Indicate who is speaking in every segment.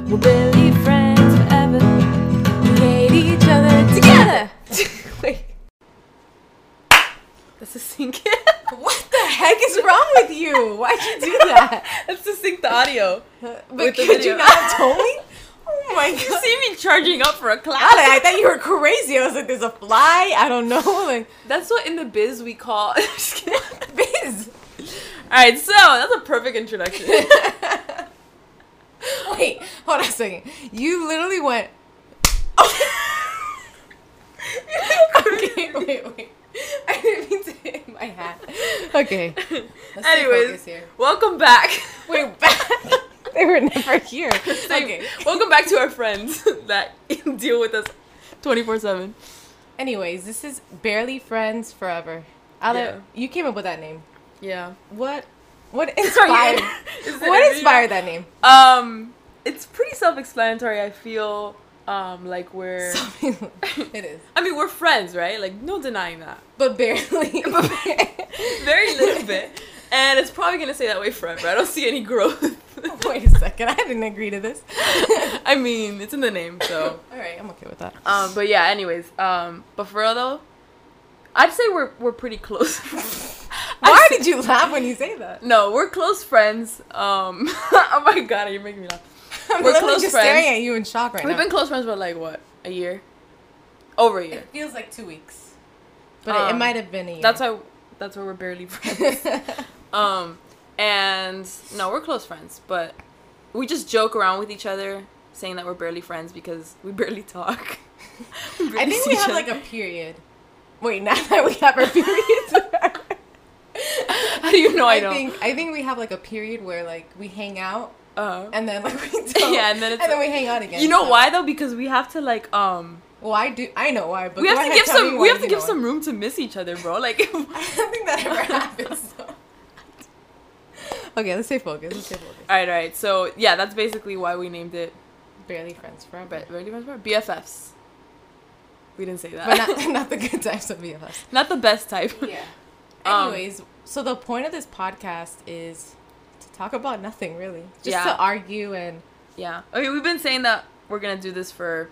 Speaker 1: We'll be friends forever. We hate each other together. Wait. Let's just sync it.
Speaker 2: What the heck is wrong with you? Why'd you do that?
Speaker 1: Let's just sync the audio.
Speaker 2: But
Speaker 1: With the
Speaker 2: could
Speaker 1: video.
Speaker 2: you not have told me? Oh my
Speaker 1: You
Speaker 2: god.
Speaker 1: see me charging up for a class.
Speaker 2: Ale, I thought you were crazy. I was like, there's a fly. I don't know. Like,
Speaker 1: That's what in the biz we call. Just kidding.
Speaker 2: biz.
Speaker 1: Alright, so that's a perfect introduction.
Speaker 2: Wait, hold on a second. You literally went. okay, wait, wait. I didn't mean to hit my hat. Okay. Let's stay
Speaker 1: Anyways,
Speaker 2: focused here.
Speaker 1: welcome back.
Speaker 2: Wait, back. they were never here.
Speaker 1: Like,
Speaker 2: Okay.
Speaker 1: Welcome back to our friends that deal with us 24 7.
Speaker 2: Anyways, this is Barely Friends Forever. Ale,
Speaker 1: Yeah.
Speaker 2: you came up with that name.
Speaker 1: Yeah.
Speaker 2: What? What
Speaker 1: Sorry.
Speaker 2: inspired?
Speaker 1: Is it
Speaker 2: what
Speaker 1: a
Speaker 2: inspired that name?
Speaker 1: video? Um, it's pretty self explanatory. I feel um, like we're.
Speaker 2: it is,
Speaker 1: I mean, we're friends, right? Like, no denying that.
Speaker 2: but barely.
Speaker 1: Very little bit. And it's probably going to stay that way forever. I don't see any growth.
Speaker 2: Wait a second, I didn't agree to this.
Speaker 1: I mean, it's in the name, so.
Speaker 2: All right, I'm okay with that.
Speaker 1: Um, but yeah, anyways, um, but for real though, I'd say we're we're pretty close.
Speaker 2: Why
Speaker 1: I
Speaker 2: did you laugh when you say that?
Speaker 1: No, we're close friends. Um, oh my god, you're making me laugh.
Speaker 2: I'm
Speaker 1: We're
Speaker 2: literally
Speaker 1: close
Speaker 2: just
Speaker 1: friends.
Speaker 2: staring at you in shock right
Speaker 1: We've
Speaker 2: now.
Speaker 1: been close friends for like what a year, over a year.
Speaker 2: it feels like two weeks, but it, it
Speaker 1: Um,
Speaker 2: might have been a year.
Speaker 1: That's why that's why we're barely friends. um, and no, we're close friends, but we just joke around with each other, saying that we're barely friends because we barely talk. We
Speaker 2: I
Speaker 1: barely
Speaker 2: think
Speaker 1: see
Speaker 2: we
Speaker 1: each
Speaker 2: have
Speaker 1: other.
Speaker 2: like a period. Wait, now that we have our period.
Speaker 1: How do you know I,
Speaker 2: I
Speaker 1: don't?
Speaker 2: think I think we have like a period where like we hang out
Speaker 1: uh,
Speaker 2: and then like we don't.
Speaker 1: Yeah, and then it's
Speaker 2: and then we hang out again.
Speaker 1: you know
Speaker 2: so-
Speaker 1: why though? Because we have to like um
Speaker 2: Well, I do. I know why, but
Speaker 1: we
Speaker 2: go
Speaker 1: have to
Speaker 2: ahead,
Speaker 1: give
Speaker 2: tell me
Speaker 1: some
Speaker 2: why
Speaker 1: we have to
Speaker 2: you
Speaker 1: give
Speaker 2: know
Speaker 1: some room to miss each other, bro. Like
Speaker 2: why. I don't think that ever happens. though. okay, let's stay focused. Let's stay focused.
Speaker 1: All right, all right. So yeah, that's basically why we named it.
Speaker 2: Barely friends forever,
Speaker 1: But really, what's wrong? BFFs. We didn't say that.
Speaker 2: but not not the good times of BFFs.
Speaker 1: Not the best type.
Speaker 2: Yeah.
Speaker 1: Um,
Speaker 2: Anyways, so the point of this podcast is to talk about nothing really, just
Speaker 1: Yeah.
Speaker 2: to argue and
Speaker 1: Yeah. Okay, we've been saying that we're gonna do this for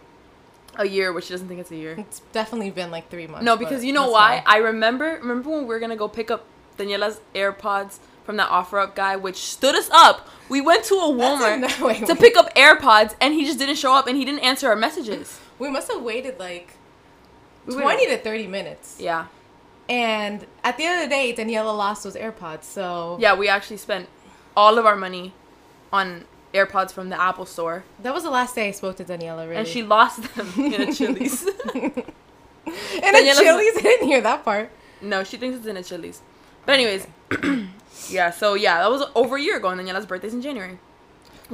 Speaker 1: a year, which she doesn't think it's a year.
Speaker 2: it's definitely been like three months.
Speaker 1: No,
Speaker 2: but
Speaker 1: because you know
Speaker 2: that's
Speaker 1: why?
Speaker 2: fine.
Speaker 1: I remember remember when we were gonna go pick up Daniela's AirPods from that offer up guy, which stood us up. We went to a
Speaker 2: That's
Speaker 1: Walmart
Speaker 2: another- wait,
Speaker 1: to
Speaker 2: wait.
Speaker 1: pick up AirPods, and he just didn't show up, and he didn't answer our messages.
Speaker 2: we must have waited like
Speaker 1: We waited-
Speaker 2: twenty to thirty minutes.
Speaker 1: Yeah.
Speaker 2: And at the end of the day, Daniela lost those AirPods, so
Speaker 1: Yeah, we actually spent all of our money on AirPods from the Apple store,
Speaker 2: that was the last day I spoke to Daniela. Really,
Speaker 1: and she lost them in a Chili's.
Speaker 2: and then
Speaker 1: Daniela's-
Speaker 2: Chili's I didn't hear that part.
Speaker 1: no, she thinks it's in a Chili's. But anyways, yeah. So yeah, that was over a year ago, and Daniela's birthday's in January.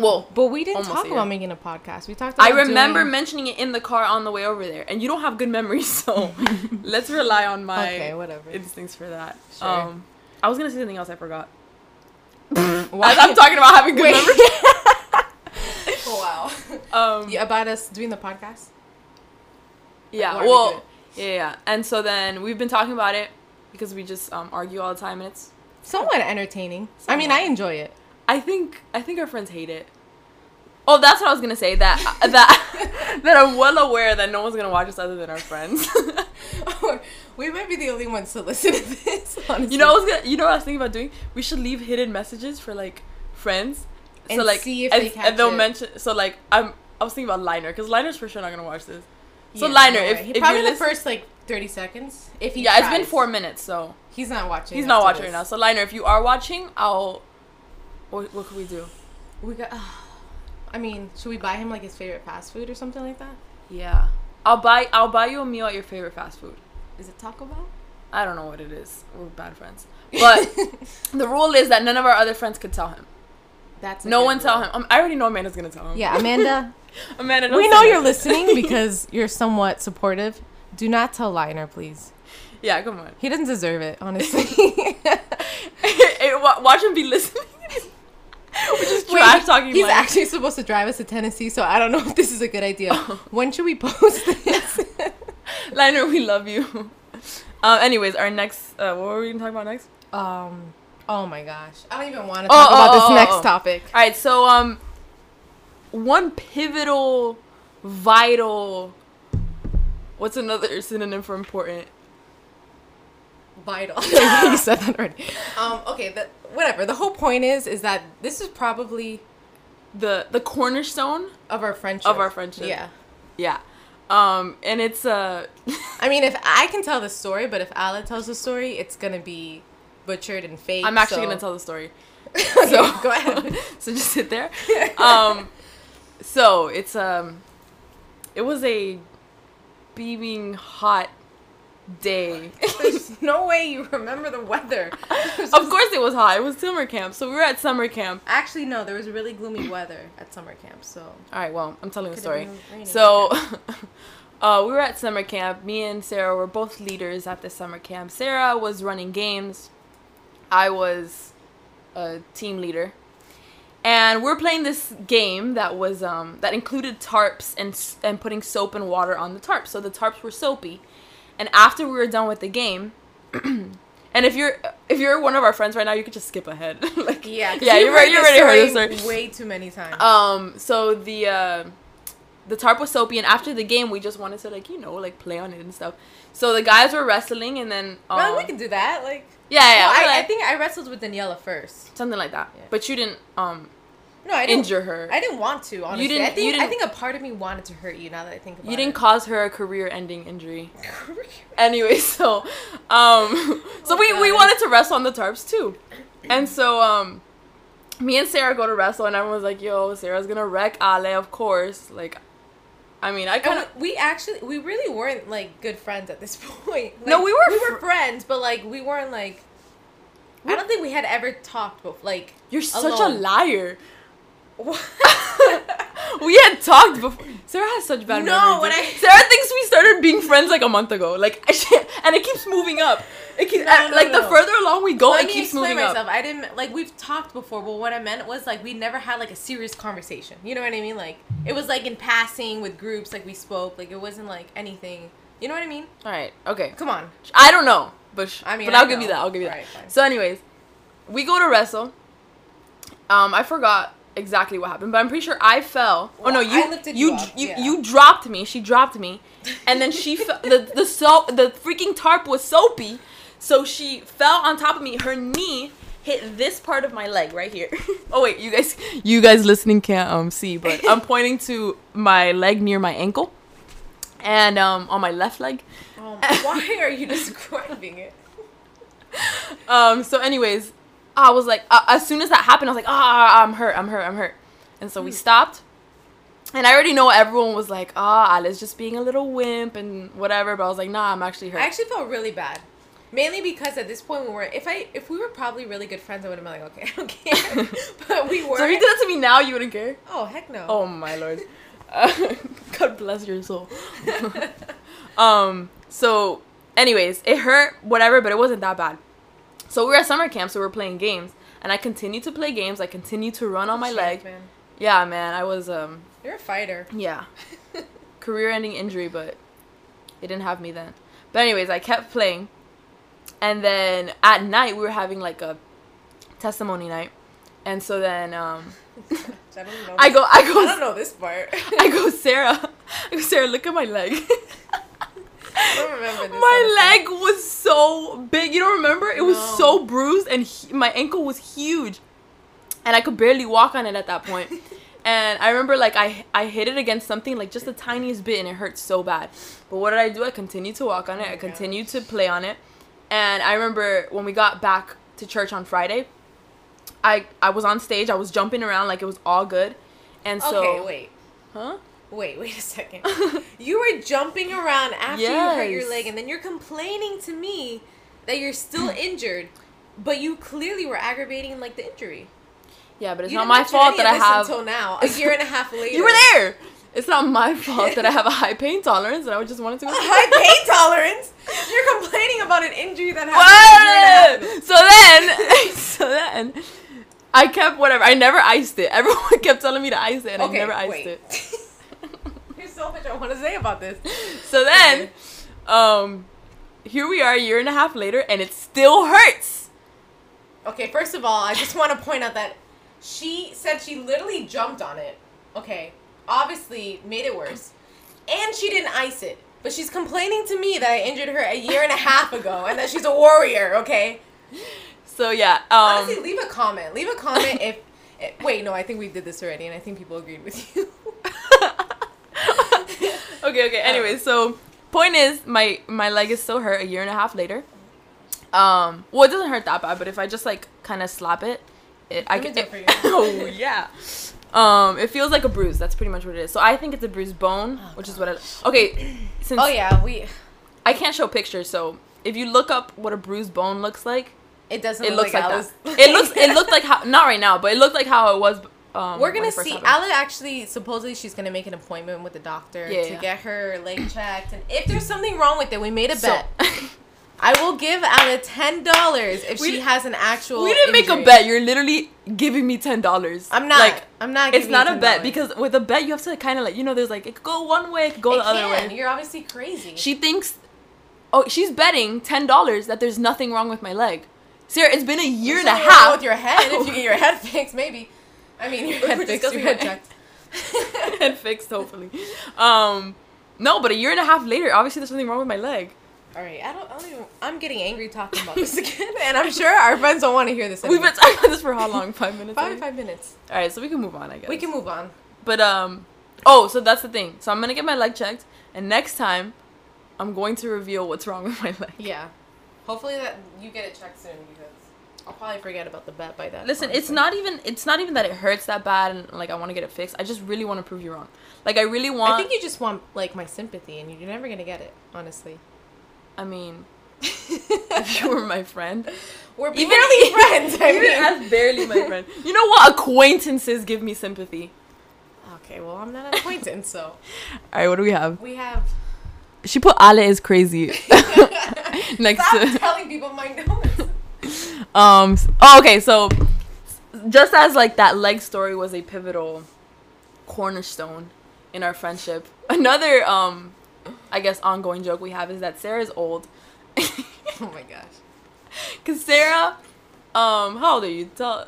Speaker 1: Well,
Speaker 2: But we didn't
Speaker 1: Almost
Speaker 2: talk
Speaker 1: a year.
Speaker 2: about making a podcast. We talked. About
Speaker 1: I remember
Speaker 2: Doing...
Speaker 1: mentioning it in the car on the way over there, and you don't have good memories, so let's rely on my
Speaker 2: Okay, whatever.
Speaker 1: instincts for that.
Speaker 2: Sure.
Speaker 1: Um, I was gonna say something else, I forgot.
Speaker 2: Why-
Speaker 1: As I'm talking about having good
Speaker 2: Wait.
Speaker 1: memories.
Speaker 2: wow.
Speaker 1: Um,
Speaker 2: Yeah, about us doing the podcast.
Speaker 1: Yeah.
Speaker 2: Why we do
Speaker 1: Well.
Speaker 2: it.
Speaker 1: Yeah, yeah. And so then we've been talking about it because we just um, argue all the time, and it's.
Speaker 2: Somewhat entertaining. I mean, I
Speaker 1: Somewhat.
Speaker 2: enjoy it.
Speaker 1: I think I think our friends hate it. Oh, that's what I was gonna say. That uh, that that I'm well aware that no one's gonna watch us other than our friends.
Speaker 2: we might be the only ones to listen to this. Honestly.
Speaker 1: you know, I was gonna, you know what I was thinking about doing? We should leave hidden messages for like friends,
Speaker 2: And
Speaker 1: so like
Speaker 2: see if
Speaker 1: and,
Speaker 2: they catch
Speaker 1: and they'll
Speaker 2: it.
Speaker 1: mention. So like I'm I was thinking about Liner because Liner's for sure not gonna watch this. So
Speaker 2: Yeah,
Speaker 1: Liner,
Speaker 2: don't
Speaker 1: if,
Speaker 2: worry.
Speaker 1: if
Speaker 2: He
Speaker 1: you're
Speaker 2: probably the
Speaker 1: listening-
Speaker 2: first like thirty seconds, if he
Speaker 1: yeah, it's been
Speaker 2: tries.
Speaker 1: four minutes, so
Speaker 2: He's not watching.
Speaker 1: He's not
Speaker 2: after
Speaker 1: watching right now.
Speaker 2: this.
Speaker 1: So Liner, if you are watching, I'll. What, what can we do?
Speaker 2: We got. I mean, should we buy him like his favorite fast food or something like that?
Speaker 1: Yeah, I'll buy. I'll buy you a meal at your favorite fast food.
Speaker 2: Is it Taco Bell?
Speaker 1: I don't know what it is. We're bad friends. But the rule is that none of our other friends could tell him.
Speaker 2: That's a
Speaker 1: No
Speaker 2: good
Speaker 1: one tell
Speaker 2: rule.
Speaker 1: him. Um, I already know Amanda's gonna tell him.
Speaker 2: Yeah, Amanda.
Speaker 1: Amanda. Don't
Speaker 2: we
Speaker 1: say
Speaker 2: know
Speaker 1: that.
Speaker 2: you're listening because you're somewhat supportive. Do not tell Liner, please.
Speaker 1: Yeah, come on.
Speaker 2: He doesn't deserve it, honestly.
Speaker 1: Hey, wa- Watch him be listening. We're just
Speaker 2: Wait,
Speaker 1: trash talking.
Speaker 2: He's
Speaker 1: Liner.
Speaker 2: actually supposed to drive us to Tennessee, so I don't know if this is a good idea.
Speaker 1: Oh.
Speaker 2: When should we post this?
Speaker 1: Liner, we love you. Um. Anyways, our next. Uh, what were we gonna talk about next?
Speaker 2: um. Oh my gosh, I don't even want to
Speaker 1: Oh,
Speaker 2: talk
Speaker 1: oh,
Speaker 2: about this
Speaker 1: oh, oh,
Speaker 2: next
Speaker 1: oh.
Speaker 2: topic.
Speaker 1: All right. So um. one pivotal, vital. What's another synonym for important?
Speaker 2: vital. you said that already. Um, okay, the, whatever. The whole point is, is that this is probably
Speaker 1: The the cornerstone
Speaker 2: of our friendship.
Speaker 1: of our friendship.
Speaker 2: Yeah.
Speaker 1: yeah. Um, and it's uh,
Speaker 2: I mean, if I can tell the story, but if Ala tells the story, it's gonna be butchered and fake.
Speaker 1: I'm actually
Speaker 2: so-
Speaker 1: gonna tell the story.
Speaker 2: Okay,
Speaker 1: so
Speaker 2: go ahead.
Speaker 1: so just sit there. Um, so it's um, it was a beaming hot day.
Speaker 2: There's no way you remember the weather. Of
Speaker 1: of course, it was hot. It was summer camp, so we were at summer camp.
Speaker 2: Actually, no. There was really gloomy weather at summer camp, so
Speaker 1: All right, well, I'm telling the
Speaker 2: Could've
Speaker 1: story.
Speaker 2: been raining.
Speaker 1: So, uh, we were at summer camp. Me and Sarah were both leaders at the summer camp. Sarah was running games. I was a team leader, and we're playing this game that was um, that included tarps and s- and putting soap and water on the tarps. So the tarps were soapy, and after we were done with the game. And if you're if you're one of our friends right now, you could just skip ahead. like,
Speaker 2: yeah, 'cause
Speaker 1: yeah, you
Speaker 2: you've
Speaker 1: already, you already
Speaker 2: this
Speaker 1: heard this story.
Speaker 2: way too many times.
Speaker 1: Um, so the uh, the tarp was soapy, and after the game, we just wanted to like you know like play on it and stuff. So the guys were wrestling, and then um,
Speaker 2: well, we can do that. Like,
Speaker 1: yeah, Oh, yeah,
Speaker 2: Well,
Speaker 1: we're
Speaker 2: I, I
Speaker 1: like-
Speaker 2: think I wrestled with Daniela first.
Speaker 1: something like that.
Speaker 2: Yeah.
Speaker 1: But you didn't um
Speaker 2: No, I didn't
Speaker 1: injure her.
Speaker 2: I didn't want to, honestly.
Speaker 1: didn't-
Speaker 2: I think
Speaker 1: you didn't-
Speaker 2: I think a part of me wanted to hurt you now that I think about
Speaker 1: you didn't
Speaker 2: it.
Speaker 1: cause her a career-ending injury.
Speaker 2: Call-
Speaker 1: anyway, so um so
Speaker 2: Oh,
Speaker 1: we we
Speaker 2: God.
Speaker 1: wanted to wrestle on the tarps too. And so um me and Sarah go to wrestle and everyone's like, "Yo, Sarah's going to wreck Ale, of course." Like I mean, I kind of
Speaker 2: and we, we actually we really weren't like good friends at this point. Like,
Speaker 1: No, we were
Speaker 2: we were
Speaker 1: fr-
Speaker 2: friends, but like we weren't like I don't think we had ever talked before. Like
Speaker 1: You're such a
Speaker 2: alone.
Speaker 1: liar.
Speaker 2: What?
Speaker 1: we had talked before. Sarah has such bad
Speaker 2: No,
Speaker 1: memories.
Speaker 2: when I-
Speaker 1: Sarah thinks we started being friends like a month ago. Like, I should- and it keeps moving up. It keeps
Speaker 2: No, no,
Speaker 1: like the
Speaker 2: no.
Speaker 1: further along we go,
Speaker 2: Let
Speaker 1: Oh, it
Speaker 2: me
Speaker 1: keeps
Speaker 2: explain
Speaker 1: moving
Speaker 2: myself.
Speaker 1: up.
Speaker 2: I didn't like we've talked before, but what I meant was like we never had like a serious conversation. You know what I mean? Like it was like in passing with groups, like we spoke. Like it wasn't like anything. You know what I mean?
Speaker 1: All right, okay.
Speaker 2: Come on.
Speaker 1: I don't know, but sh-
Speaker 2: I mean,
Speaker 1: but I'll
Speaker 2: I
Speaker 1: give you
Speaker 2: know.
Speaker 1: that. I'll give you
Speaker 2: Right,
Speaker 1: that.
Speaker 2: fine.
Speaker 1: So, anyways, we go to wrestle. Um, I forgot exactly what happened, but I'm pretty sure I fell. oh no,
Speaker 2: Well,
Speaker 1: you
Speaker 2: I lifted
Speaker 1: you
Speaker 2: you
Speaker 1: dr-
Speaker 2: up,
Speaker 1: you,
Speaker 2: yeah.
Speaker 1: you dropped me. She dropped me, and then she fell. The the soap the freaking tarp was soapy, so she fell on top of me. Her knee hit this part of my leg right here. oh wait, you guys you guys listening can't um see, but I'm pointing to my leg near my ankle, and um on my left leg.
Speaker 2: Um, why are you describing it?
Speaker 1: Um. So, anyways, I was like, uh, as soon as that happened, I was like, ah, I'm hurt, I'm hurt, I'm hurt. And so we stopped, and I already know everyone was like, ah, Alice just being a little wimp and whatever. But I was like, nah, I'm actually hurt.
Speaker 2: I actually felt really bad. Mainly because at this point we were if I if we were probably really good friends I would have been like okay I don't care but we were
Speaker 1: so if you did that to me now, you wouldn't care.
Speaker 2: oh heck no
Speaker 1: Oh my lord. Uh, God bless your soul. um. So, anyways, it hurt, whatever, but it wasn't that bad. So we were at summer camp, so we were playing games, and I continued to play games. I continued to run on my
Speaker 2: Shit,
Speaker 1: leg.
Speaker 2: man.
Speaker 1: Yeah, man, I was um.
Speaker 2: you're a fighter
Speaker 1: Yeah. Career ending injury, but it didn't have me then. But, anyways, I kept playing. And then at night, we were having like a testimony night. And so then um,
Speaker 2: I don't know
Speaker 1: I go, I
Speaker 2: I don't
Speaker 1: go,
Speaker 2: know this part
Speaker 1: I go, Sarah, I go, Sarah, look at my leg.
Speaker 2: I don't remember this
Speaker 1: my leg was so big. You don't remember? It was
Speaker 2: No.
Speaker 1: so bruised, and hu my ankle was huge, and I could barely walk on it at that point. and I remember like I I hit it against something like just the tiniest bit, and it hurt so bad. But what did I do? I continued to walk on it.
Speaker 2: Oh my
Speaker 1: I continued to play on it, and I remember when we got back to church on Friday. I, I was on stage. I was jumping around like it was all good, and so
Speaker 2: okay wait
Speaker 1: huh?
Speaker 2: wait wait a second you were jumping around after you hurt
Speaker 1: Yes.
Speaker 2: your leg and then you're complaining to me that you're still injured but you clearly were aggravating like the injury
Speaker 1: Yeah, but it's
Speaker 2: You
Speaker 1: not
Speaker 2: didn't
Speaker 1: my
Speaker 2: mention
Speaker 1: fault
Speaker 2: any
Speaker 1: that
Speaker 2: of
Speaker 1: I
Speaker 2: this
Speaker 1: have
Speaker 2: until now a year and a half later
Speaker 1: You were there. It's not my fault that I have a high pain tolerance, and I just wanted to go.
Speaker 2: a high pain tolerance. You're complaining about an injury that happened. a year and a half ago.
Speaker 1: What? So then, so then, I kept whatever. I never iced it. Everyone kept telling me to ice it, and I never iced
Speaker 2: wait.
Speaker 1: it.
Speaker 2: There's so much I want to say about this.
Speaker 1: So then, um, here we are, a year and a half later, and it still hurts.
Speaker 2: Okay, first of all, I just want to point out that she said she literally jumped on it okay, obviously made it worse. And she didn't ice it. But she's complaining to me that I injured her a year and a half ago and that she's a warrior, okay?
Speaker 1: So yeah, um,
Speaker 2: Honestly, leave a comment. Leave a comment if, eh, Wait, no, I think we did this already and I think people agreed with you.
Speaker 1: okay, okay.
Speaker 2: Uh.
Speaker 1: Anyway, so point is, my my leg is still hurt a year and a half later. Um, well, it doesn't hurt that bad, but if I just like kind of slap it, it I
Speaker 2: Let me
Speaker 1: can.
Speaker 2: do it for you.
Speaker 1: oh yeah. Um, it feels like a bruise. That's pretty much what it is. So I think it's a bruised bone,
Speaker 2: Oh,
Speaker 1: which is what. I, okay, since
Speaker 2: oh, yeah, we.
Speaker 1: I can't show pictures, so if you look up what a bruised bone looks like,
Speaker 2: It doesn't
Speaker 1: it looks like,
Speaker 2: Alice.
Speaker 1: that. it looks. It looked like how not right now, but it looked like how it was. Um,
Speaker 2: We're
Speaker 1: when
Speaker 2: gonna
Speaker 1: it first
Speaker 2: see.
Speaker 1: happened.
Speaker 2: Ala actually supposedly she's gonna make an appointment with the doctor
Speaker 1: Yeah,
Speaker 2: to
Speaker 1: yeah.
Speaker 2: get her leg checked, and if there's something wrong with it, we made a
Speaker 1: So-
Speaker 2: bet. I will give Ala ten dollars if
Speaker 1: We
Speaker 2: she
Speaker 1: di-
Speaker 2: has an actual.
Speaker 1: we didn't make a
Speaker 2: injury.
Speaker 1: bet. You're literally giving me ten dollars.
Speaker 2: I'm not. I'm not.
Speaker 1: it's
Speaker 2: giving
Speaker 1: not
Speaker 2: you
Speaker 1: a bet
Speaker 2: $10.
Speaker 1: because with a bet you have to kind of like you know there's like it could go one way, it could go
Speaker 2: It
Speaker 1: the other
Speaker 2: can.
Speaker 1: way.
Speaker 2: You're obviously crazy.
Speaker 1: She thinks, oh, she's betting ten dollars that there's nothing wrong with my leg. Sarah, it's been a year and a
Speaker 2: Something wrong
Speaker 1: half.
Speaker 2: with your head. If you get your head fixed, maybe. I mean, your head fixed. Your
Speaker 1: discussing
Speaker 2: head
Speaker 1: my-
Speaker 2: checked.
Speaker 1: and fixed hopefully. Um, no, but a year and a half later, obviously there's something wrong with my leg.
Speaker 2: All right, I don't. I don't even, I'm getting angry talking about this again, and I'm sure our friends don't want to hear this.
Speaker 1: We've
Speaker 2: anymore.
Speaker 1: been talking about this for how long? Five minutes.
Speaker 2: probably
Speaker 1: already?
Speaker 2: five minutes.
Speaker 1: All right, so we can move on, I guess.
Speaker 2: We can move on.
Speaker 1: But um, oh, so that's the thing. So I'm gonna get my leg checked, and next time, I'm going to reveal what's wrong with my leg.
Speaker 2: Yeah. Hopefully that you get it checked soon because I'll probably forget about the bet by then.
Speaker 1: Listen, it's
Speaker 2: honestly.
Speaker 1: not even it's not even that it hurts that bad, and like I want to get it fixed. I just really want to prove you wrong. Like I really want.
Speaker 2: I think you just want like my sympathy, and you're never gonna get it, honestly.
Speaker 1: I mean, if you were my friend,
Speaker 2: We're
Speaker 1: Even-
Speaker 2: barely friends. I
Speaker 1: even
Speaker 2: mean.
Speaker 1: as barely my friend. You know what? Acquaintances give me sympathy.
Speaker 2: okay, well I'm not an acquaintance, so
Speaker 1: All right, what do we have?
Speaker 2: we have.
Speaker 1: She put Ale is crazy next
Speaker 2: Stop
Speaker 1: to
Speaker 2: telling people my notes.
Speaker 1: um. s- Oh, okay, so just as like that leg story was a pivotal cornerstone in our friendship, another um, I guess ongoing joke we have is that Sarah's old.
Speaker 2: Oh my gosh.
Speaker 1: Cause Sarah, um, how old are you? Tell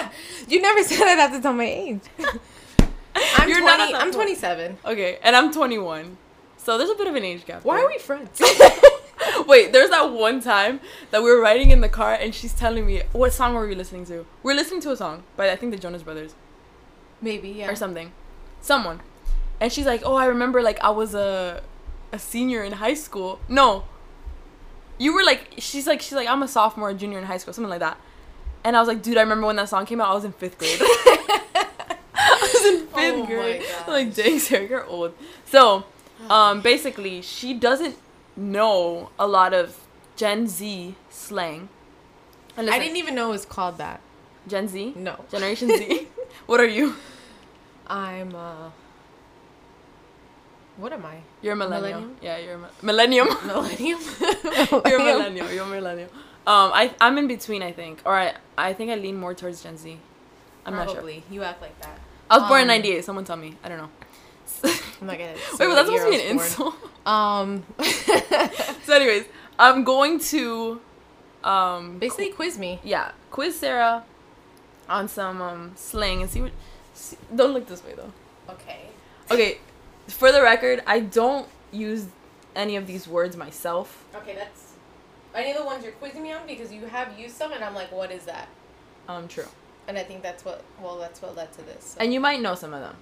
Speaker 2: you never said I'd have to tell my age. I'm
Speaker 1: You're
Speaker 2: 20,
Speaker 1: not at that
Speaker 2: I'm
Speaker 1: point.
Speaker 2: 27.
Speaker 1: okay, and I'm 21, so there's a bit of an age gap.
Speaker 2: Why
Speaker 1: there.
Speaker 2: are we friends?
Speaker 1: Wait, there's that one time that we were riding in the car, and she's telling me what song were we listening to? We're listening to a song by I think the Jonas Brothers
Speaker 2: Maybe yeah.
Speaker 1: or something, someone, and she's like, "Oh, I remember like I was a a senior in high school. No, you were like she's like she's like I'm a sophomore, or junior in high school, something like that." And I was like, "Dude, I remember when that song came out. I was in fifth grade." I was in fifth
Speaker 2: Oh my
Speaker 1: grade.
Speaker 2: gosh.
Speaker 1: Like, dang, Sarah, you're old. So, um, basically, she doesn't know a lot of Gen Z slang. And
Speaker 2: I
Speaker 1: listen,
Speaker 2: didn't e- even know it was called that.
Speaker 1: Gen Z,
Speaker 2: No.
Speaker 1: Generation Z. what are you?
Speaker 2: I'm uh what am I?
Speaker 1: You're a millennial.
Speaker 2: Millennium?
Speaker 1: Yeah, you're a mi- millennium.
Speaker 2: Millennium?
Speaker 1: you're a millennial. You're a millennial. Um, I I'm in between, I think, or I I think I lean more towards Gen Z. I'm not sure.
Speaker 2: Probably. You act like that.
Speaker 1: I was born in
Speaker 2: Oh. Um,
Speaker 1: '98. Someone tell me. I don't know.
Speaker 2: I'm not gonna say
Speaker 1: Wait, but that's
Speaker 2: what
Speaker 1: supposed to be
Speaker 2: year I
Speaker 1: an
Speaker 2: was
Speaker 1: insult.
Speaker 2: born. Um
Speaker 1: so, anyways, I'm going to, um,
Speaker 2: basically quiz me.
Speaker 1: yeah, quiz Sarah on some um, slang and see what. See, don't look this way though.
Speaker 2: Okay.
Speaker 1: Okay, for the record, I don't use any of these words myself.
Speaker 2: Okay, that's any of the ones you're quizzing me on because you have used some and I'm like, what is that?
Speaker 1: Um, true.
Speaker 2: And I think that's what well that's what led to this.
Speaker 1: And you might know some of them.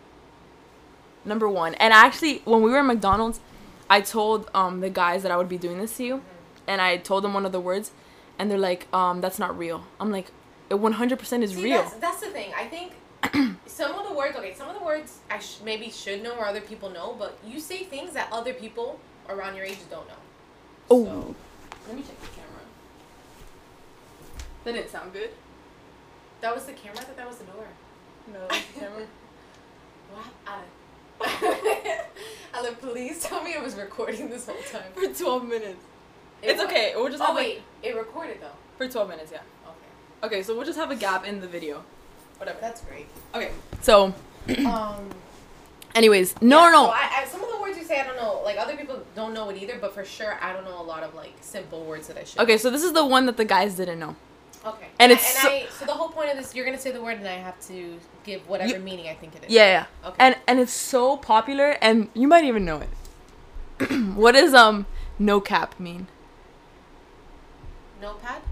Speaker 1: Number one, and actually, when we were at McDonald's, I told um the guys that I would be doing this to you, and I told them one of the words, and they're like, um, that's not real. I'm like, it 100% is
Speaker 2: See,
Speaker 1: real.
Speaker 2: That's, that's the thing. I think some of the words. Okay, some of the words I sh- maybe should know or other people know, but you say things that other people around your age don't know.
Speaker 1: Oh.
Speaker 2: So-
Speaker 1: Let me check the camera. That didn't sound good.
Speaker 2: That was the camera. I thought that was the door.
Speaker 1: No,
Speaker 2: What? Alan. Alan, please tell me it was recording this whole time.
Speaker 1: for 12 minutes.
Speaker 2: It
Speaker 1: it's
Speaker 2: was.
Speaker 1: okay. We'll just
Speaker 2: Oh
Speaker 1: have a-
Speaker 2: wait, it recorded though.
Speaker 1: for 12 minutes, yeah.
Speaker 2: Okay,
Speaker 1: Okay, so we'll just have a gap in the video. Whatever.
Speaker 2: that's great.
Speaker 1: Okay. So,
Speaker 2: um.
Speaker 1: anyways, no,
Speaker 2: yeah,
Speaker 1: no.
Speaker 2: So I, I, some of the words you say, I don't know. Like other people don't know it either, but for sure, I don't know a lot of like simple words that I should.
Speaker 1: okay, so this is the one that the guys didn't know.
Speaker 2: Okay.
Speaker 1: And
Speaker 2: I-
Speaker 1: it's
Speaker 2: and
Speaker 1: so-
Speaker 2: I, so the whole point of this, you're gonna say the word, and I have to give whatever meaning I think it is.
Speaker 1: Yeah, yeah.
Speaker 2: Okay.
Speaker 1: And and it's so popular, and you might even know it. what does um no cap mean?
Speaker 2: Notepad.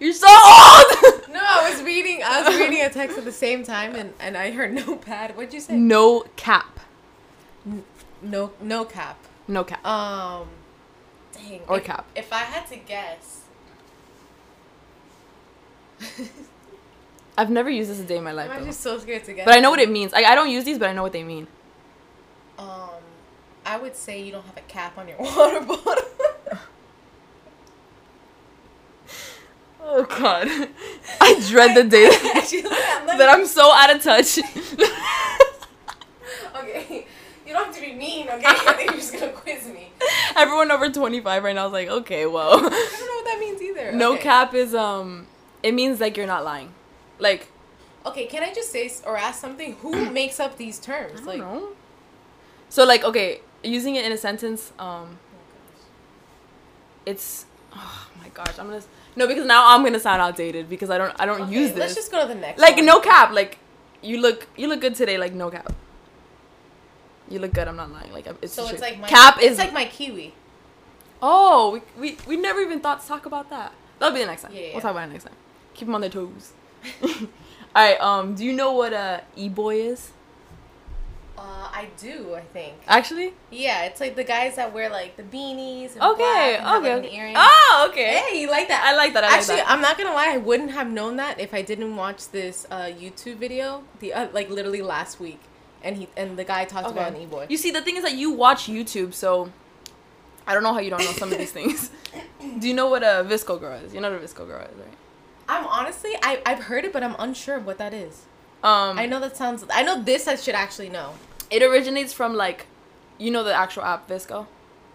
Speaker 1: You're so old.
Speaker 2: No, I was reading. I was reading a text at the same time, and, and I heard notepad. What'd you say?
Speaker 1: no cap.
Speaker 2: No, no cap.
Speaker 1: No cap.
Speaker 2: Um, dang.
Speaker 1: Or
Speaker 2: if,
Speaker 1: cap.
Speaker 2: If I had to guess,
Speaker 1: I've never used this a day in my life,
Speaker 2: I'm
Speaker 1: though.
Speaker 2: just so scared to guess.
Speaker 1: but I know what it means. I, I don't use these, but I know what they mean.
Speaker 2: Um, I would say you don't have a cap on your water bottle.
Speaker 1: Oh God, I dread the day that
Speaker 2: Actually, let me-
Speaker 1: that I'm so out of touch.
Speaker 2: Okay, you don't have to be mean. Okay, I think you're just gonna quiz me.
Speaker 1: Everyone over 25 right now is like, okay, well,
Speaker 2: I don't know what that means either.
Speaker 1: no
Speaker 2: Okay.
Speaker 1: cap is um, it means like you're not lying, like
Speaker 2: Okay, can I just say s- or ask something? Who makes up these terms?
Speaker 1: I
Speaker 2: like,
Speaker 1: don't know. So like okay, using it in a sentence, um,
Speaker 2: oh
Speaker 1: it's oh my gosh, I'm gonna s- no because now I'm gonna sound outdated because I don't I don't
Speaker 2: Okay,
Speaker 1: use this.
Speaker 2: Let's just go to the next.
Speaker 1: like
Speaker 2: one.
Speaker 1: no cap, like you look you look good today, like no cap. You look good. I'm not lying. Like it's
Speaker 2: So
Speaker 1: the
Speaker 2: it's
Speaker 1: truth.
Speaker 2: like my
Speaker 1: cap is
Speaker 2: It's like my kiwi.
Speaker 1: oh we, we we never even thought to talk about that. That'll be the next time.
Speaker 2: Yeah, yeah,
Speaker 1: We'll talk about it next time. Keep them on their toes. All right. Um. Do you know what a e boy is?
Speaker 2: Uh, I do. I think.
Speaker 1: Actually.
Speaker 2: Yeah, it's like the guys that wear like the beanies. And
Speaker 1: Okay.
Speaker 2: black and have,
Speaker 1: okay.
Speaker 2: like, an
Speaker 1: okay.
Speaker 2: earring.
Speaker 1: Oh. Okay.
Speaker 2: Hey, you like that?
Speaker 1: I like that. I
Speaker 2: Actually,
Speaker 1: like that.
Speaker 2: I'm not gonna lie. I wouldn't have known that if I didn't watch this uh, YouTube video the uh, like literally last week, and he and the guy talked about an e-boy.
Speaker 1: You see, the thing is that you watch YouTube, so I don't know how you don't know some of these things. Do you know what a visco girl is? You know what a visco girl is, right?
Speaker 2: I'm honestly, I I've heard it, but I'm unsure of what that is.
Speaker 1: Um,
Speaker 2: I know that sounds. I know this. I should actually know.
Speaker 1: it originates from like, you know, the actual app Visco.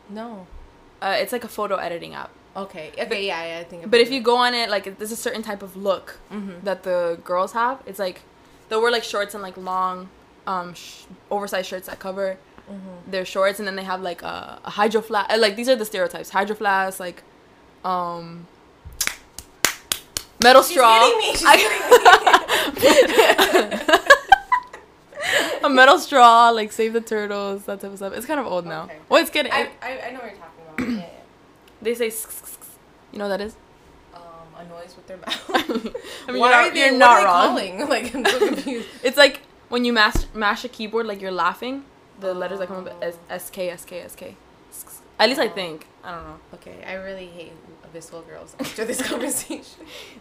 Speaker 2: No.
Speaker 1: Uh, it's like a photo editing app.
Speaker 2: Okay. Okay. yeah, yeah. I Mm-hmm, think. I've
Speaker 1: But
Speaker 2: heard
Speaker 1: if
Speaker 2: it.
Speaker 1: you go on it, like, there's a certain type of look that the girls have. It's like they'll wear like shorts and like long, um, sh- oversized shirts that cover
Speaker 2: mm-hmm.
Speaker 1: their shorts, and then they have like a, a hydro flask. uh, Like these are the stereotypes: hydro flask, like, um, metal
Speaker 2: She's
Speaker 1: straw.
Speaker 2: getting me. She's getting me.
Speaker 1: a metal straw, like save the turtles, that type of stuff. It's kind of old now.
Speaker 2: Okay.
Speaker 1: Well, it's getting.
Speaker 2: I, I, I know what you're talking about. Yeah, yeah.
Speaker 1: they say, "Sk, sk, sk." you know what that is.
Speaker 2: Um, a noise with their
Speaker 1: I
Speaker 2: mouth.
Speaker 1: mean, you're
Speaker 2: Why
Speaker 1: not-
Speaker 2: are they,
Speaker 1: you're
Speaker 2: what
Speaker 1: not
Speaker 2: are they
Speaker 1: wrong.
Speaker 2: calling? Like I'm so confused.
Speaker 1: It's like when you mash, mash a keyboard, like you're laughing. The letters that come up as
Speaker 2: Oh.
Speaker 1: SK, SK, SK. At least I think. I don't know.
Speaker 2: okay, I really hate Abyssal girls after this conversation.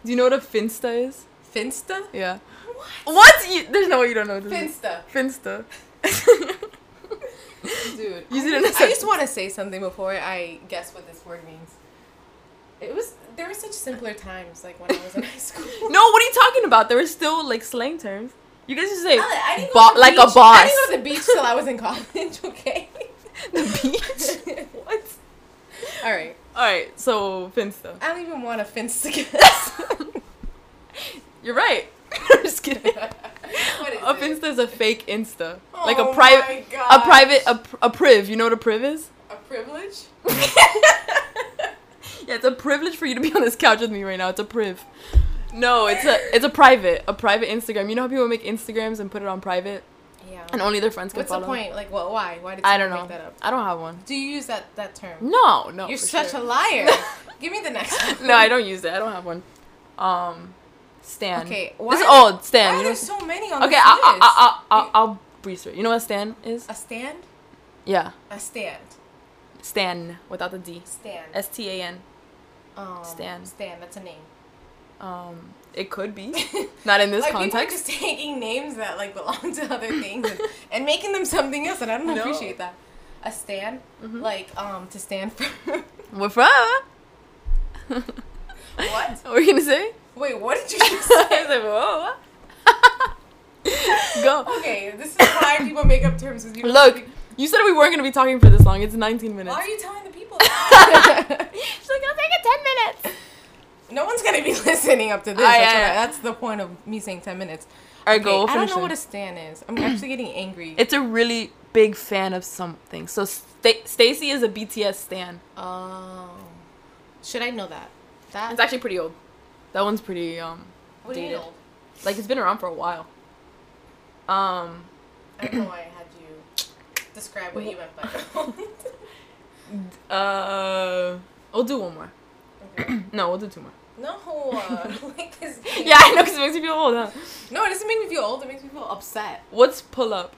Speaker 1: Do you know what a finsta is?
Speaker 2: Finsta?
Speaker 1: Yeah.
Speaker 2: What?
Speaker 1: What? You, there's no way you don't know what this
Speaker 2: Finsta.
Speaker 1: is. Finsta.
Speaker 2: Dude.
Speaker 1: Use it
Speaker 2: I
Speaker 1: in a
Speaker 2: just, I just
Speaker 1: sentence.
Speaker 2: want to say something before I guess what this word means. It was there were such simpler times like when I was in high school.
Speaker 1: no, what are you talking about? There were still like slang terms. You guys just say
Speaker 2: I, I didn't
Speaker 1: bo-
Speaker 2: go to the
Speaker 1: like a
Speaker 2: beach-
Speaker 1: boss.
Speaker 2: I didn't go to the beach till I was in college, okay?
Speaker 1: the beach. what?
Speaker 2: All right.
Speaker 1: All right. So finsta.
Speaker 2: I don't even want a fence to guess.
Speaker 1: You're right. I'm just kidding.
Speaker 2: what is
Speaker 1: A
Speaker 2: it?
Speaker 1: Finsta is a fake Insta, like a
Speaker 2: Oh
Speaker 1: private,
Speaker 2: my
Speaker 1: a
Speaker 2: gosh.
Speaker 1: private, a, pr- a priv. You know what a priv is?
Speaker 2: A privilege?
Speaker 1: Yeah, it's a privilege for you to be on this couch with me right now. It's a priv. No, it's a it's a private, a private Instagram. You know how people make Instagrams and put it on private,
Speaker 2: Yeah.
Speaker 1: and only their friends can
Speaker 2: What's
Speaker 1: follow.
Speaker 2: the point? Like, what? Why? Why did
Speaker 1: I
Speaker 2: someone
Speaker 1: don't know.
Speaker 2: make that up?
Speaker 1: I don't have one.
Speaker 2: Do you use that that term?
Speaker 1: No, no.
Speaker 2: You're
Speaker 1: for
Speaker 2: such
Speaker 1: sure.
Speaker 2: a liar. Give me the next one.
Speaker 1: no, I don't use it. I don't have one. Um, Stan.
Speaker 2: Okay, why
Speaker 1: This is
Speaker 2: are-
Speaker 1: old
Speaker 2: Why
Speaker 1: Stan.
Speaker 2: are
Speaker 1: You
Speaker 2: there
Speaker 1: know.
Speaker 2: so many on
Speaker 1: Okay,
Speaker 2: this
Speaker 1: I, I,
Speaker 2: list?
Speaker 1: I, I, I'll, I'll breeze through. it. You know what Stan is?
Speaker 2: a stand,
Speaker 1: Yeah,
Speaker 2: a stand,
Speaker 1: Stan without the D.
Speaker 2: stand,
Speaker 1: S T A N.
Speaker 2: um,
Speaker 1: Stan.
Speaker 2: Stan. That's a name.
Speaker 1: Um, it could be. Not in this
Speaker 2: like people are
Speaker 1: context.
Speaker 2: just taking names that like belong to other things and, and making them something else, and I don't
Speaker 1: No. Mm-hmm.
Speaker 2: appreciate that. A stand, like um, to stand for.
Speaker 1: We're from.
Speaker 2: what?
Speaker 1: What are you gonna say?
Speaker 2: Wait, what did you just
Speaker 1: I
Speaker 2: say?
Speaker 1: was like, whoa. Go.
Speaker 2: okay, this is why people make up terms because you. don't
Speaker 1: Look,
Speaker 2: speak-
Speaker 1: you said we weren't gonna be talking for this long. It's 19
Speaker 2: Why
Speaker 1: minutes.
Speaker 2: are you telling the people? that?
Speaker 1: She's like, I'll take it 10 minutes.
Speaker 2: no one's gonna be listening up to this.
Speaker 1: Ah,
Speaker 2: that's,
Speaker 1: yeah,
Speaker 2: what I-
Speaker 1: yeah.
Speaker 2: that's the point of me saying ten minutes.
Speaker 1: All right, go.
Speaker 2: Okay, I don't
Speaker 1: finish
Speaker 2: know
Speaker 1: it.
Speaker 2: what a stand is. I'm actually getting angry.
Speaker 1: It's a really big fan of something. So Sta- Stacy is a BTS stan.
Speaker 2: Oh. Should I know that? That
Speaker 1: It's actually pretty old. That one's pretty um
Speaker 2: what do you
Speaker 1: dated.
Speaker 2: know?
Speaker 1: like it's been around for a while. Um
Speaker 2: I don't know why I had you describe what you meant by
Speaker 1: uh we'll do one more.
Speaker 2: okay.
Speaker 1: No, we'll do two more.
Speaker 2: No, uh, like this.
Speaker 1: Yeah, I know cuz it makes me feel old. Huh?
Speaker 2: No, it doesn't make me feel old. It makes me feel upset.
Speaker 1: What's pull up?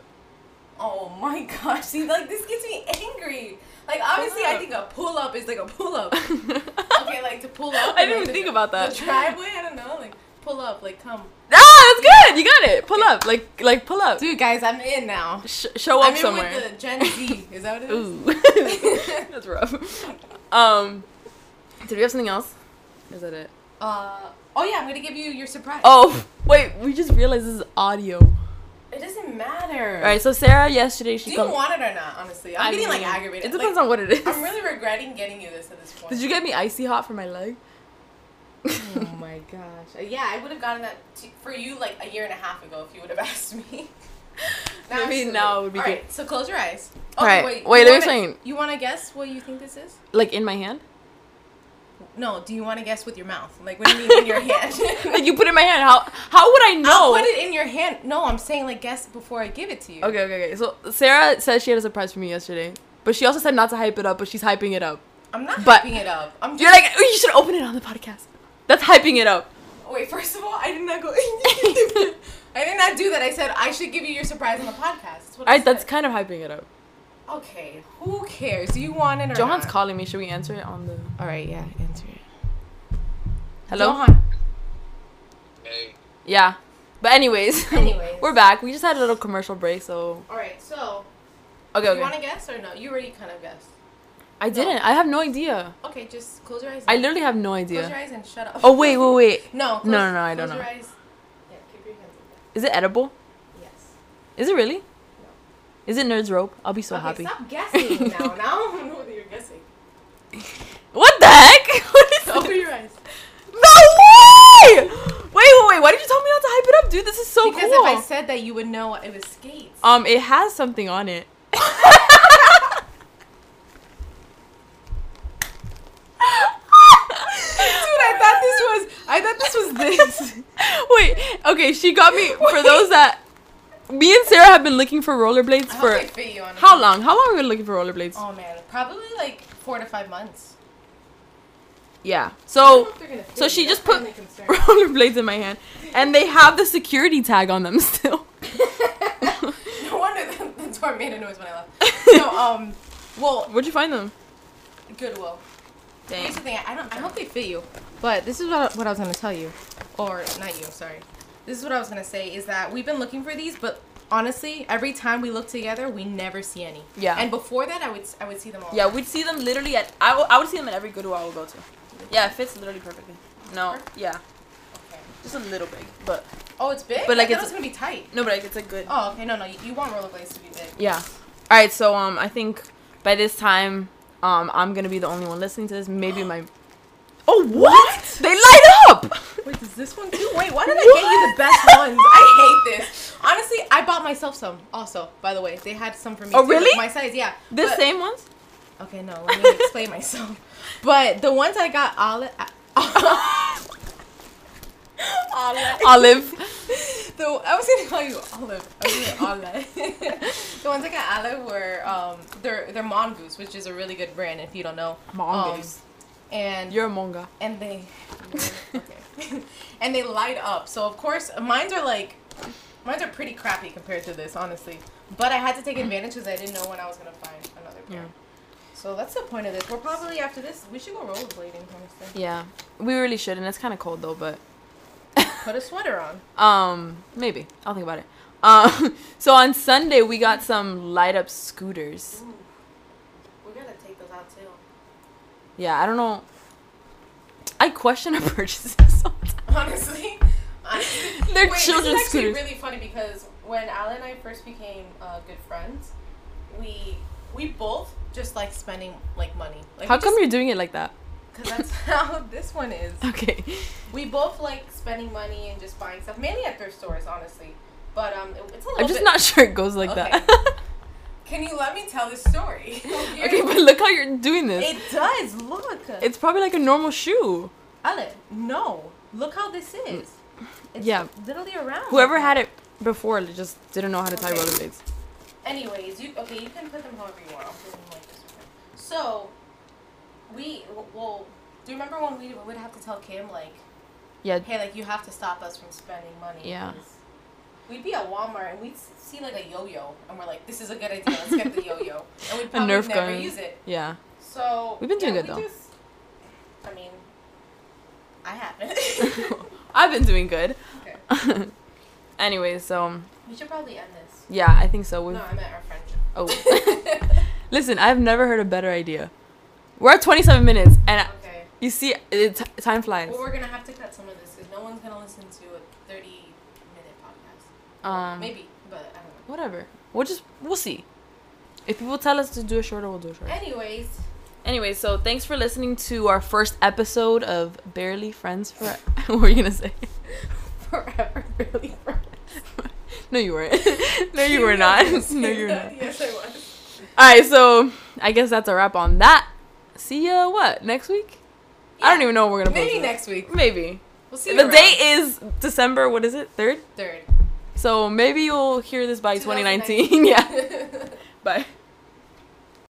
Speaker 2: Oh my gosh! See, like this gets me angry. Like obviously, I
Speaker 1: up.
Speaker 2: think a pull up is like a pull up. okay,
Speaker 1: okay,
Speaker 2: like to pull up.
Speaker 1: I didn't
Speaker 2: like,
Speaker 1: even
Speaker 2: the-
Speaker 1: think about that.
Speaker 2: The driveway. I don't know. Like pull up. Like come.
Speaker 1: Ah, that's good. You got it. Pull up. Like like pull up.
Speaker 2: Dude, guys, I'm in now.
Speaker 1: Sh- show up
Speaker 2: I'm in
Speaker 1: somewhere.
Speaker 2: with the Gen Z. Is that what it is?
Speaker 1: Ooh. that's rough. Um did we have something else? Or Is that it?
Speaker 2: Uh, oh yeah, I'm gonna give you your surprise.
Speaker 1: Oh, wait, we just realized this is audio.
Speaker 2: It doesn't matter.
Speaker 1: All right, so Sarah yesterday she
Speaker 2: Do you
Speaker 1: come-
Speaker 2: want it or not? Honestly, I'm
Speaker 1: I
Speaker 2: getting like
Speaker 1: mean,
Speaker 2: aggravated.
Speaker 1: It depends
Speaker 2: Like,
Speaker 1: on what it is.
Speaker 2: I'm really regretting getting you this at this point.
Speaker 1: Did you get me icy hot for my leg?
Speaker 2: Oh my gosh. Uh, Yeah, I would have gotten that t- for you like a year and a half ago if you would have asked me.
Speaker 1: Maybe
Speaker 2: absolutely.
Speaker 1: now it would be
Speaker 2: All
Speaker 1: good.
Speaker 2: right, so close your eyes.
Speaker 1: All right,
Speaker 2: wait.
Speaker 1: wait,
Speaker 2: you
Speaker 1: let me
Speaker 2: wanna-
Speaker 1: explain.
Speaker 2: You want to guess what you think this is?
Speaker 1: Like in my hand?
Speaker 2: No, do you want to guess with your mouth? Like, what do you mean in your hand?
Speaker 1: like you put it in my hand. How how would I know?
Speaker 2: I'll put it in your hand. No, I'm saying like guess before I give it to you.
Speaker 1: Okay, okay, okay. So Sarah said she had a surprise for me yesterday, but she also said not to hype it up, but she's hyping it up.
Speaker 2: I'm not
Speaker 1: But-
Speaker 2: hyping it up. I'm
Speaker 1: You're
Speaker 2: just,
Speaker 1: like, "Oh, you should open it on the podcast. That's hyping it up.
Speaker 2: wait. First of all, I did not go. I did not do that. I said I should give you your surprise on the podcast. That's what
Speaker 1: All
Speaker 2: I
Speaker 1: right, that's
Speaker 2: said.
Speaker 1: kind of hyping it up.
Speaker 2: okay. Who cares? Do you want it or
Speaker 1: Johan's
Speaker 2: not?
Speaker 1: calling me. Should we answer it on the?
Speaker 2: All right, yeah, answer it.
Speaker 1: Hello.
Speaker 2: Johan.
Speaker 3: Hey,
Speaker 1: Yeah. But anyways,
Speaker 2: Anyways.
Speaker 1: we're back. We just had a little commercial break, so
Speaker 2: All right, so
Speaker 1: okay.
Speaker 2: do
Speaker 1: okay.
Speaker 2: you want to guess or no? You already kind of guessed.
Speaker 1: I didn't. I have no idea.
Speaker 2: Okay, just close your eyes.
Speaker 1: I
Speaker 2: and-
Speaker 1: literally have no
Speaker 2: close
Speaker 1: idea.
Speaker 2: your eyes and shut up.
Speaker 1: Oh wait, wait, wait.
Speaker 2: No, close,
Speaker 1: No, no, no, I don't
Speaker 2: close
Speaker 1: know.
Speaker 2: Your eyes. Yeah, keep your hands up.
Speaker 1: Is it edible?
Speaker 2: Yes.
Speaker 1: Is it really? Is it Nerds Rope? I'll be so
Speaker 2: okay,
Speaker 1: happy.
Speaker 2: stop guessing now. now I don't know whether you're guessing.
Speaker 1: What the heck? What is
Speaker 2: Open
Speaker 1: it?
Speaker 2: your eyes.
Speaker 1: No way! Wait, wait, wait. Why did you tell me not to hype it up, dude? This is so
Speaker 2: because
Speaker 1: cool.
Speaker 2: if I said that, you would know it was skates.
Speaker 1: um, it has something on it.
Speaker 2: Dude, I thought this was. I thought this was this.
Speaker 1: Wait, okay, she got me for those that me and Sarah have been looking for rollerblades
Speaker 2: I
Speaker 1: for
Speaker 2: hope I fit you on.
Speaker 1: how long? How long have we been looking for rollerblades?
Speaker 2: Oh man, probably like four to five months.
Speaker 1: Yeah.
Speaker 2: I don't know
Speaker 1: So
Speaker 2: if they're gonna fit
Speaker 1: Oh, so
Speaker 2: me.
Speaker 1: she
Speaker 2: That's
Speaker 1: just put
Speaker 2: my only concern.
Speaker 1: rollerblades in my hand, and they have the security tag on them still.
Speaker 2: no wonder the, the door made a noise when I left. So, um, well,
Speaker 1: Where'd you find them?
Speaker 2: Goodwill. Here's the thing. I I don't. I hope they fit you. But this is what I, what I was gonna tell you, or not you. Sorry. This is what I was gonna say is that we've been looking for these, but honestly, every time we look together, we never see any.
Speaker 1: Yeah.
Speaker 2: And before that, I would s- I would see them all.
Speaker 1: Yeah, we'd see them literally at. I w- I would see them at every Goodwill I would go to. Yeah, it fits literally perfectly. No, yeah,
Speaker 2: Okay.
Speaker 1: just a little big, but
Speaker 2: Oh, it's big.
Speaker 1: But, like,
Speaker 2: I thought
Speaker 1: it's-
Speaker 2: it was gonna be tight.
Speaker 1: no, but like it's a good.
Speaker 2: Oh, okay. No, no. You, you want rollerblades to be big.
Speaker 1: Yeah. All right, so um, I think by this time, um, I'm gonna be the only one listening to this. Maybe my. Oh what? They light up.
Speaker 2: Wait, does this one too? Wait, why did I get you the best ones? I hate this. Honestly, I bought myself some. Also, by the way, they had some for me.
Speaker 1: Oh,
Speaker 2: too,
Speaker 1: really?
Speaker 2: My size, yeah.
Speaker 1: The
Speaker 2: But-
Speaker 1: same ones?
Speaker 2: Okay, no. Let me explain myself. But the ones I got, olive. Olive.
Speaker 1: Olive.
Speaker 2: The, I was gonna call you Olive. I was gonna say Olive. the ones I got Olive were um, they're they're Mongoose, which is a really good brand if you don't know. Um,
Speaker 1: Mongoose.
Speaker 2: and
Speaker 1: You're a monga.
Speaker 2: and they okay. and they light up. So of course, mines are like mines are pretty crappy compared to this, honestly. But I had to take advantage because I didn't know when I was gonna find another pair.
Speaker 1: Yeah.
Speaker 2: So that's the point of this. We're probably after this. We should go rollerblading, honestly.
Speaker 1: Yeah, we really should, and it's kind of cold though, but.
Speaker 2: Put a sweater on.
Speaker 1: Um, maybe. I'll think about it. Um, so on Sunday we got some light up scooters.
Speaker 2: We're gonna take those out too.
Speaker 1: Yeah, I don't know. I question our purchases. sometimes.
Speaker 2: Honestly. honestly-
Speaker 1: They're
Speaker 2: Wait,
Speaker 1: children's
Speaker 2: this is actually
Speaker 1: scooters.
Speaker 2: really funny because when Al and I first became uh, good friends, we we both just like spending like money. Like
Speaker 1: How come you're doing it like that?
Speaker 2: Because that's how this one is.
Speaker 1: Okay.
Speaker 2: We both like spending money and just buying stuff, mainly at thrift stores, honestly. But um, it- it's a little
Speaker 1: I'm just
Speaker 2: bit-
Speaker 1: not sure it goes like
Speaker 2: Okay.
Speaker 1: that.
Speaker 2: Can you let me tell this story? You're-
Speaker 1: Okay, but look how you're doing this.
Speaker 2: it does. Look.
Speaker 1: It's probably like a normal shoe.
Speaker 2: Ale, no. Look how this is. It's
Speaker 1: Mm. Yeah.
Speaker 2: Literally around.
Speaker 1: Whoever had it before just didn't know how to tie
Speaker 2: Okay.
Speaker 1: rollerblades.
Speaker 2: Anyways, you okay? You can put them however you want. I'll put them like this. one. So, we well. Do you remember when we would have to tell Kim like,
Speaker 1: Yeah.
Speaker 2: hey, like you have to stop us from spending money?
Speaker 1: Yeah.
Speaker 2: 'cause We'd be at Walmart and we'd s- see like a yo-yo, and we're like, "This is a good idea. Let's get the yo-yo," and we'd probably
Speaker 1: Nerf
Speaker 2: never
Speaker 1: gun.
Speaker 2: use it.
Speaker 1: Yeah.
Speaker 2: So
Speaker 1: We've been doing
Speaker 2: yeah,
Speaker 1: good,
Speaker 2: we
Speaker 1: though.
Speaker 2: Just, I mean, I haven't.
Speaker 1: I've been doing good.
Speaker 2: okay.
Speaker 1: anyway, so
Speaker 2: We should probably end this.
Speaker 1: yeah, I think so. We've,
Speaker 2: No, I meant our friendship.
Speaker 1: Oh, listen, I've never heard a better idea. We're at 27 minutes, and I-
Speaker 2: okay.
Speaker 1: you see, it, t- time flies.
Speaker 2: Well, we're gonna have to cut some of this because no one's gonna listen to a thirty-minute podcast.
Speaker 1: Um,
Speaker 2: Maybe, but I don't
Speaker 1: whatever. We'll just we'll see. If people tell us to do a shorter, we'll do a shorter.
Speaker 2: know. Anyways,
Speaker 1: Anyway, so thanks for listening to our first episode of Barely Friends for. what were you gonna say?
Speaker 2: forever really. friends.
Speaker 1: No, you weren't. no, you were not.
Speaker 2: Yes,
Speaker 1: no, you were not.
Speaker 2: yes, I was.
Speaker 1: All right, so I guess that's a wrap on that. See ya. What next week? I don't
Speaker 2: Yeah.
Speaker 1: even know when we're gonna.
Speaker 2: Maybe
Speaker 1: post it.
Speaker 2: next week.
Speaker 1: Maybe.
Speaker 2: We'll see.
Speaker 1: The
Speaker 2: you
Speaker 1: date is December. What is it? Third.
Speaker 2: around. third.
Speaker 1: So maybe you'll hear this by 2019. yeah. Bye.